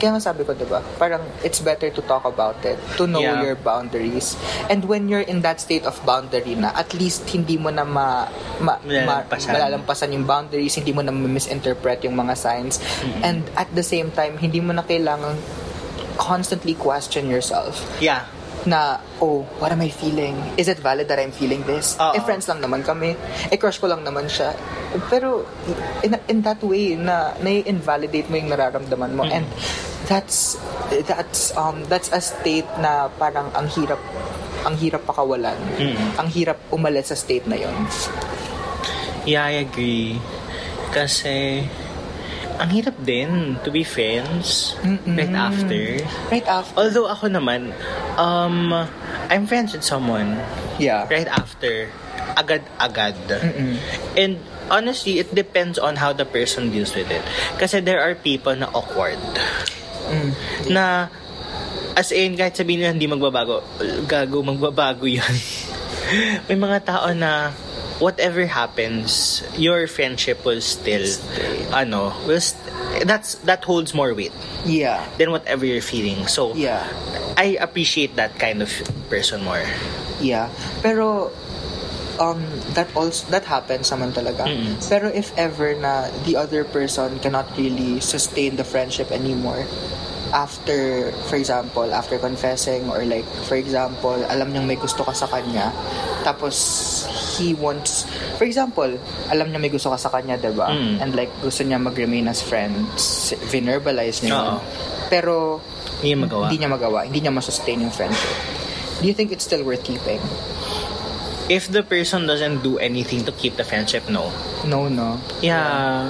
Speaker 2: kaya nga sabi ko, di ba? Parang it's better to talk about it, to know
Speaker 1: Yeah.
Speaker 2: your boundaries. And when you're in that state of boundary na, at least hindi mo na ma, ma, ma-
Speaker 1: Malalampasan.
Speaker 2: malalampasan yung boundaries, hindi mo na misinterpret yung mga signs.
Speaker 1: Mm-hmm.
Speaker 2: And at the same time, hindi mo na kailangan constantly question yourself
Speaker 1: Yeah.
Speaker 2: na, oh, what am I feeling? Is it valid that I'm feeling this?
Speaker 1: Oo.
Speaker 2: Eh, friends lang naman kami. Eh, crush ko lang naman siya. Pero, in, in that way, na, na-invalidate mo yung nararamdaman mo. And, that's, that's, um, that's a state na parang ang hirap, ang hirap pakawalan. Ang hirap umalis sa state na yon.
Speaker 1: Yeah, I agree. Kasi, ang hirap din to be friends right after.
Speaker 2: Right after,
Speaker 1: Although ako naman, um, I'm friends with someone
Speaker 2: yeah.
Speaker 1: right after. Agad-agad. And honestly, it depends on how the person deals with it. Kasi there are people na awkward.
Speaker 2: Mm.
Speaker 1: Na, as in, kahit sabihin nila hindi magbabago, gago, magbabago yan. May mga tao na whatever happens, your friendship will still, ano, will st- that's, that holds more weight
Speaker 2: Yeah.
Speaker 1: than whatever you're feeling. So,
Speaker 2: Yeah.
Speaker 1: I appreciate that kind of person more.
Speaker 2: Yeah. Pero um that also that happens naman talaga. Pero if ever na the other person cannot really sustain the friendship anymore after for example after confessing or like for example alam niyang may gusto ka sa kanya tapos he wants for example alam niya may gusto ka sa kanya 'di ba
Speaker 1: Mm.
Speaker 2: and like gusto niya mag-remain as friends verbalize niya yun.
Speaker 1: Oo.
Speaker 2: pero
Speaker 1: Hindi niya magawa.
Speaker 2: hindi niya magawa hindi niya masustain yung friendship do you think it's still worth keeping
Speaker 1: If the person doesn't do anything to keep the friendship, no.
Speaker 2: No, no.
Speaker 1: Yeah.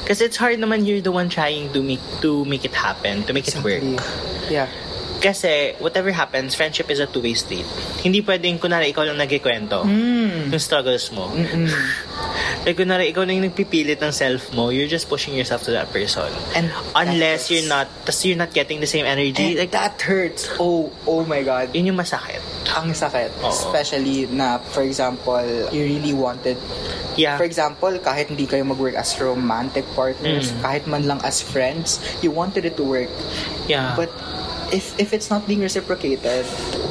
Speaker 1: Because it's hard naman you're the one trying to make to make it happen, to make it work.
Speaker 2: Yeah.
Speaker 1: Kasi whatever happens, friendship is a two-way street. Hindi pwedeng kunwari ikaw lang nagkikwento
Speaker 2: Hmm.
Speaker 1: ng struggles mo. Like kunwari ikaw lang yung nagpipilit ng self mo, you're just pushing yourself to that person.
Speaker 2: And
Speaker 1: Unless
Speaker 2: that
Speaker 1: you're
Speaker 2: hurts.
Speaker 1: not, tas you're not getting the same energy,
Speaker 2: And
Speaker 1: like,
Speaker 2: that hurts. Oh, oh my God.
Speaker 1: yun yung masakit.
Speaker 2: Ang sakit.
Speaker 1: Oo.
Speaker 2: Especially na, for example, you really wanted
Speaker 1: Yeah.
Speaker 2: For example, kahit hindi kayo mag-work as romantic partners,
Speaker 1: Mm.
Speaker 2: kahit man lang as friends, you wanted it to work.
Speaker 1: yeah.
Speaker 2: But if if it's not being reciprocated,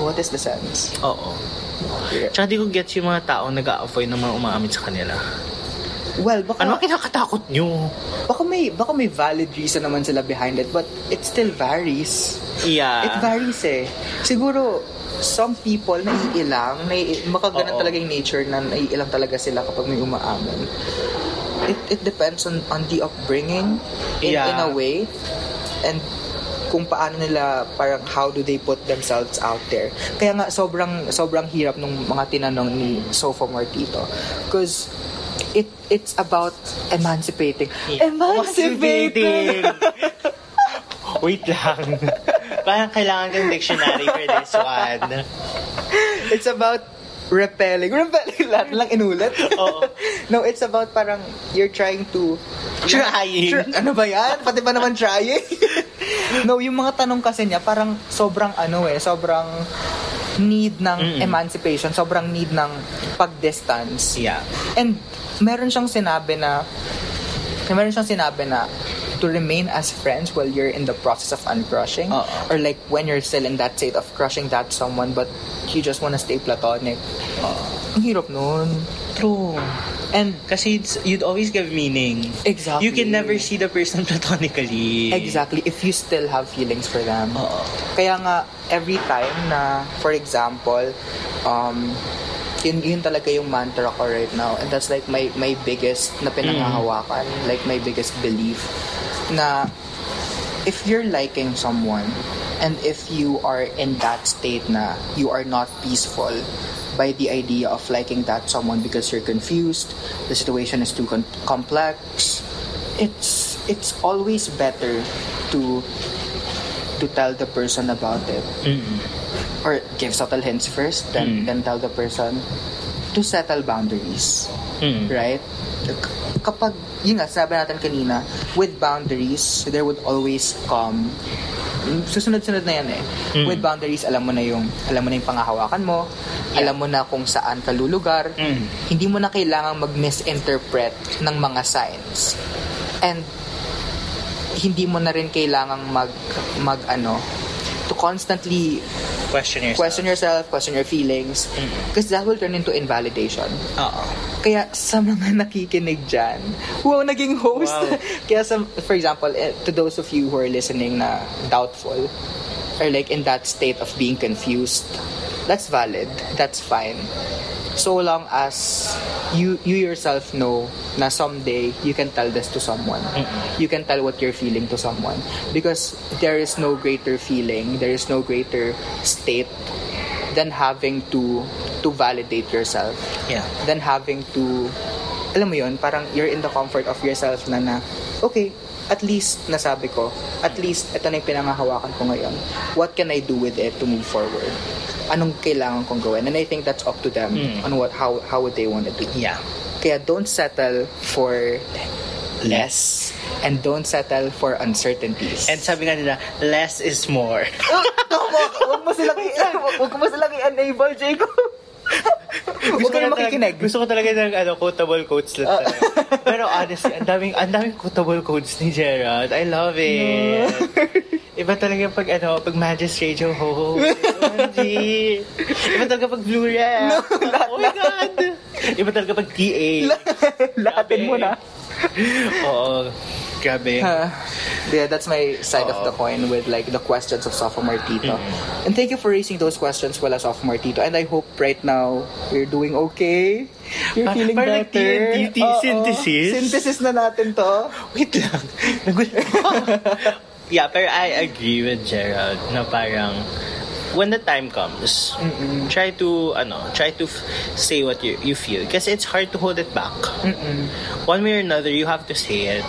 Speaker 2: what is the sense?
Speaker 1: Oo.
Speaker 2: Yeah.
Speaker 1: Tsaka di ko gets yung mga tao nag-a-avoid ng mga umaamin sa kanila.
Speaker 2: Well, baka
Speaker 1: Ano ang kinakatakot nyo?
Speaker 2: baka may baka may valid reason naman sila behind it, but it still varies.
Speaker 1: Yeah.
Speaker 2: It varies eh. Siguro, some people naiilang, nai makaganan
Speaker 1: Oo.
Speaker 2: talaga yung nature na naiilang talaga sila kapag may umaamin. It, it depends on, on the upbringing in,
Speaker 1: Yeah.
Speaker 2: in a way and kung paano nila parang how do they put themselves out there. Kaya nga sobrang sobrang hirap nung mga tinanong ni sophomore tito because it it's about emancipating.
Speaker 1: Yeah.
Speaker 2: Emancipating.
Speaker 1: Emancipating! Wait lang. Parang kailangan ng dictionary for this one.
Speaker 2: It's about repelling. Repelling lahat lang inulit.
Speaker 1: Oo.
Speaker 2: no, it's about parang you're trying to...
Speaker 1: Trying.
Speaker 2: Tr- ano ba yan? Pati ba naman trying? no, yung mga tanong kasi niya, parang sobrang ano eh, sobrang need ng emancipation, sobrang need ng pag-distance.
Speaker 1: Yeah.
Speaker 2: And meron siyang sinabi na meron siyang sinabi na to remain as friends while you're in the process of uncrushing
Speaker 1: Oo.
Speaker 2: or like when you're still in that state of crushing that someone but you just wanna stay platonic. Ang hirap nun.
Speaker 1: True.
Speaker 2: And
Speaker 1: Kasi it's, you'd always give meaning.
Speaker 2: Exactly.
Speaker 1: You can never see the person platonically.
Speaker 2: Exactly, if you still have feelings for them.
Speaker 1: Oo.
Speaker 2: Kaya nga, every time na, for example, um, yun, yun talaga yung mantra ko right now. And that's like my, my biggest na pinangahawakan, like my biggest belief na if you're liking someone, And if you are in that state na you are not peaceful by the idea of liking that someone because you're confused, the situation is too con- complex, it's it's always better to to tell the person about it or give subtle hints first then then tell the person to settle boundaries right K- kapag yun nga sabi natin kanina with boundaries there would always come susunod-sunod na yan eh with boundaries alam mo na yung alam mo na yung pangahawakan mo alam mo na kung saan ka lulugar hindi mo na kailangang mag-misinterpret ng mga signs and hindi mo na rin kailangang mag mag ano to constantly
Speaker 1: Question yourself.
Speaker 2: question yourself, question your feelings because that will turn into invalidation.
Speaker 1: Oo.
Speaker 2: Kaya sa mga nakikinig dyan, wow, naging host.
Speaker 1: Wow.
Speaker 2: Kaya sa, for example, eh, to those of you who are listening na doubtful or like in that state of being confused, that's valid. That's fine. So long as you you yourself know na someday you can tell this to someone. You can tell what you're feeling to someone. Because there is no greater feeling, there is no greater state than having to to validate yourself
Speaker 1: Yeah.
Speaker 2: than having to alam mo yon parang you're in the comfort of yourself na na okay at least nasabi ko at least ito na yung pinangahawakan ko ngayon what can I do with it to move forward anong kailangan kong gawin and I think that's up to them
Speaker 1: Hmm.
Speaker 2: on what how how would they want to do
Speaker 1: Yeah.
Speaker 2: kaya don't settle for less and don't settle for uncertainties
Speaker 1: And sabi nga nila, less is more.
Speaker 2: wag mo silang i- wag mo silang i-enable Jacob Huwag
Speaker 1: ko
Speaker 2: kayong
Speaker 1: na talaga-
Speaker 2: makikinig. Ah.
Speaker 1: Gusto ko talaga ng ano, quotable quotes lang talaga. Pero honestly, ang daming, ang daming quotable quotes ni Gerald. I love it. Iba talaga pag ano, pag magistrate yung ho. OMG. Iba talaga pag blue ref. oh my God. Iba talaga pag TA.
Speaker 2: Lahatin mo na.
Speaker 1: Oo. Grabe.
Speaker 2: Uh, yeah, that's my side of
Speaker 1: Oo.
Speaker 2: the coin with like the questions of sophomore Tito.
Speaker 1: Mm-hmm.
Speaker 2: And thank you for raising those questions while sophomore Tito. And I hope right now you're doing okay. You're
Speaker 1: Pa-
Speaker 2: feeling
Speaker 1: Ah, parang
Speaker 2: better.
Speaker 1: TNT synthesis?
Speaker 2: Synthesis na natin to.
Speaker 1: Wait lang. Nagulat ako. yeah, pero I agree with Gerald na parang when the time comes, try to ano, try to f- say what you you feel kasi it's hard to hold it back. One way or another, you have to say it.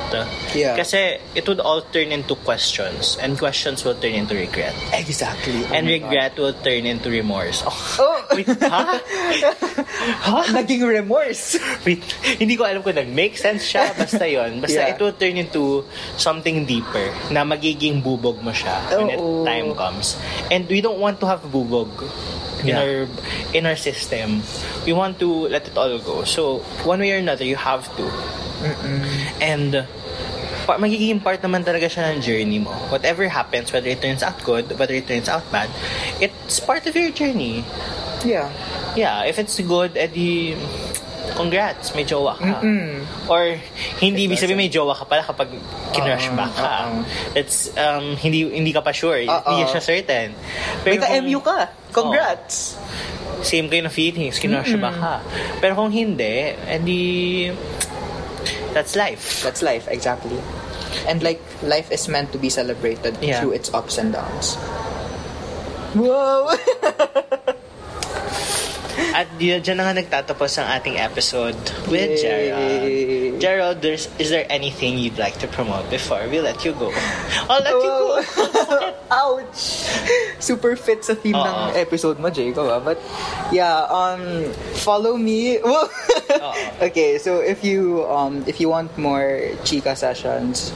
Speaker 2: Yeah.
Speaker 1: Kasi it would all turn into questions and questions will turn into regret.
Speaker 2: Exactly. Oh
Speaker 1: And
Speaker 2: my
Speaker 1: regret will turn into remorse. Oh,
Speaker 2: God. Oh,
Speaker 1: wait, ha? ha?
Speaker 2: naging remorse.
Speaker 1: Wait, hindi ko alam kung nag-make sense siya. Basta yon Basta
Speaker 2: Yeah.
Speaker 1: it will turn into something deeper na magiging bubog mo siya when it
Speaker 2: Oo.
Speaker 1: time comes. And we don't want to have bubog in
Speaker 2: Yeah.
Speaker 1: our in our system. We want to let it all go. So, one way or another, you have to. And pa- magiging part naman talaga siya ng journey mo. Whatever happens, whether it turns out good, whether it turns out bad, it's part of your journey.
Speaker 2: Yeah.
Speaker 1: Yeah, if it's good, edi congrats, may jowa ka. Or hindi ibig sabihin may jowa ka pala kapag
Speaker 2: Uh-uh,
Speaker 1: kinrush back ka.
Speaker 2: oo.
Speaker 1: It's um hindi hindi ka pa sure, hindi
Speaker 2: Oo.
Speaker 1: siya certain.
Speaker 2: Uh-uh. May
Speaker 1: kung- Oh.
Speaker 2: ka-MU ka. Congrats.
Speaker 1: Same kayo ng feelings, kinrush back ka. Pero kung hindi, edi that's life.
Speaker 2: That's life, exactly. And like life is meant to be celebrated
Speaker 1: Yeah.
Speaker 2: through its ups and downs. Wow.
Speaker 1: At y- dyan na nga nagtatapos ang ating episode with
Speaker 2: Yay.
Speaker 1: Gerald. Gerald, there's, is there anything you'd like to promote before we let you go? I'll let you go.
Speaker 2: Ouch! Super fit sa theme ng
Speaker 1: Oo.
Speaker 2: episode mo, Jacob. ah. But, yeah, um, follow me. Whoa. okay, so if you um, if you want more chika sessions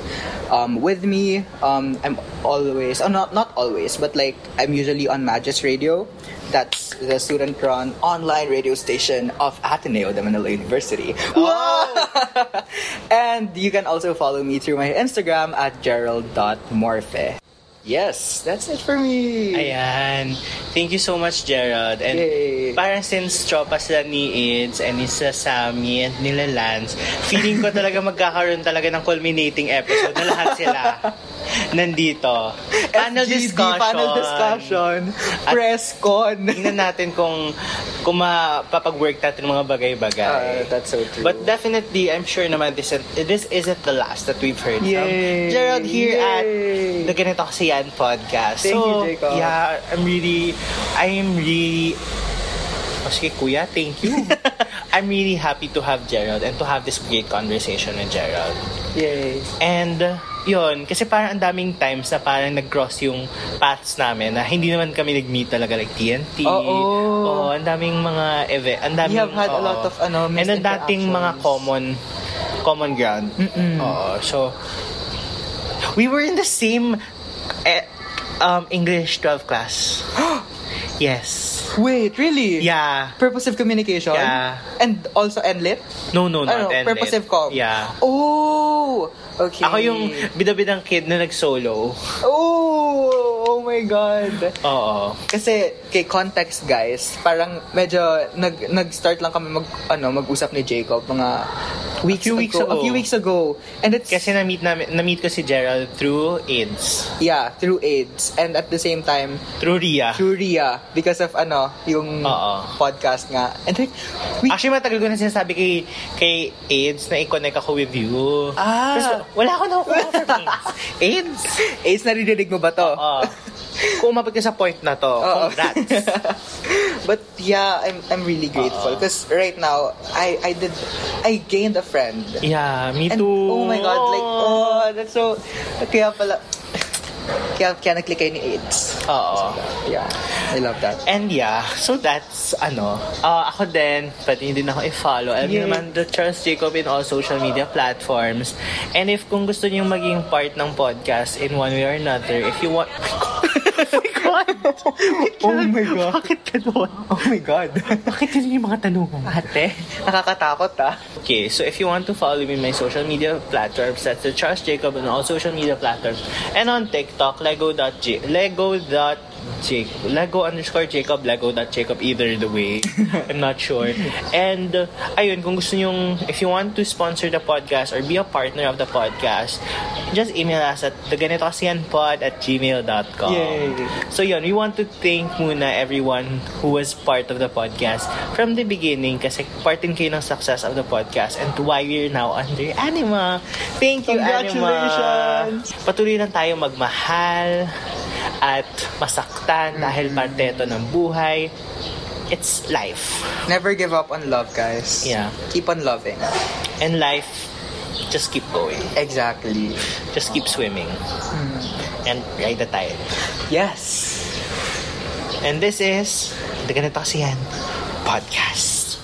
Speaker 2: um, with me, um, I'm always, oh, not, not always, but like, I'm usually on Magis Radio. That's the student-run online radio station of Ateneo de Manila University. Wow! and you can also follow me through my Instagram at gerald.morfe. Yes, that's it for me.
Speaker 1: Ayan. Thank you so much, Gerald. And
Speaker 2: Yay. eh.
Speaker 1: Parang since tropa sila ni Ids and ni sa Sammy and nila Lance, feeling ko talaga magkakaroon talaga ng culminating episode na lahat sila nandito. Panel
Speaker 2: FGD,
Speaker 1: discussion.
Speaker 2: Panel discussion.
Speaker 1: At-
Speaker 2: Press con.
Speaker 1: Tingnan natin kung kung mapapag-work natin mga bagay-bagay.
Speaker 2: Ah, that's so true.
Speaker 1: But definitely, I'm sure naman this isn't, this isn't the last that we've heard
Speaker 2: Yay!
Speaker 1: from Gerald here
Speaker 2: Yay!
Speaker 1: at the Ganito Kasi Yan podcast.
Speaker 2: Thank
Speaker 1: so,
Speaker 2: you, Jacob.
Speaker 1: Yeah, I'm really, I'm really, oh, sige kuya, thank you. I'm really happy to have Gerald and to have this great conversation with Gerald.
Speaker 2: Yay.
Speaker 1: And uh, yun, kasi parang ang daming times na parang nag-cross yung paths namin na hindi naman kami nag-meet talaga like TNT.
Speaker 2: Oo.
Speaker 1: Oo, ang daming mga event. Ang daming,
Speaker 2: We have had a
Speaker 1: oo.
Speaker 2: lot of, ano,
Speaker 1: And ang dating
Speaker 2: misinteractions.
Speaker 1: mga common common ground. Oo, so we were in the same eh, um, English 12 class. yes.
Speaker 2: Wait, really?
Speaker 1: Yeah.
Speaker 2: Purposive communication?
Speaker 1: Yeah.
Speaker 2: And also NLIT?
Speaker 1: No, no, not
Speaker 2: Ano,
Speaker 1: NLET.
Speaker 2: purposive com?
Speaker 1: Yeah.
Speaker 2: Oh! Okay.
Speaker 1: Ako yung bidabidang kid na nag-solo.
Speaker 2: Oh! Oh my God!
Speaker 1: Oo.
Speaker 2: Kasi kay context guys, parang medyo nag nag-start lang kami mag ano mag-usap ni Jacob mga weeks
Speaker 1: few
Speaker 2: ago,
Speaker 1: weeks ago.
Speaker 2: a few weeks ago. And it's
Speaker 1: Kasi na-meet, namin, na-meet ko si Gerald through AIDS.
Speaker 2: yeah, through AIDS and at the same time
Speaker 1: Through Ria.
Speaker 2: through Rhea because of ano yung
Speaker 1: Oo. Ah,
Speaker 2: podcast nga. And like we
Speaker 1: Actually, matagal ko na sinasabi kay, kay AIDS na i-connect ako with you.
Speaker 2: Ah.
Speaker 1: Tapos, wala ako nakukuha from AIDS. AIDS?
Speaker 2: AIDS naririnig mo ba to?
Speaker 1: Oo. Kung umabot ka sa point na to,
Speaker 2: Oo.
Speaker 1: congrats.
Speaker 2: But yeah, I'm I'm really grateful because right now I I did I gained a friend.
Speaker 1: yeah, me
Speaker 2: And
Speaker 1: too.
Speaker 2: oh my god, like oh, that's so kaya pala kaya kaya nag-click kayo ni AIDS.
Speaker 1: Oo.
Speaker 2: Yeah, I love that.
Speaker 1: And yeah, so that's, ano, uh, ako din, pati din ako i-follow. Alam niyo
Speaker 2: Yay.
Speaker 1: naman, the Charles Jacob in all social media platforms. And if kung gusto niyo maging part ng podcast in one way or another, if you want... Oh my God!
Speaker 2: Oh my God.
Speaker 1: Bakit ganun?
Speaker 2: Oh my god.
Speaker 1: Bakit yun yung mga tanungan?
Speaker 2: Ate, nakakatakot ah.
Speaker 1: Okay, so if you want to follow me in my social media platforms, that's the Charles Jacob on all social media platforms. And on TikTok, lego.j, lego.j, lego underscore Jacob, lego.jacob, either the way. I'm not sure. And, uh, ayun, kung gusto nyong, if you want to sponsor the podcast or be a partner of the podcast, just email us at theganitosianpod at gmail.com.
Speaker 2: Yay.
Speaker 1: So yun, we want to thank muna everyone who was part of the podcast from the beginning kasi part din kayo ng success of the podcast and why we're now under Anima. Thank you, Anima.
Speaker 2: Congratulations!
Speaker 1: Patuloy lang tayo magmahal at masaktan dahil parte ito ng buhay. It's life.
Speaker 2: Never give up on love, guys.
Speaker 1: Yeah.
Speaker 2: Keep on loving.
Speaker 1: And life, just keep going.
Speaker 2: Exactly.
Speaker 1: Just keep swimming. And ride the tide.
Speaker 2: Yes.
Speaker 1: And this is The Ganito Kasi Yan Podcast.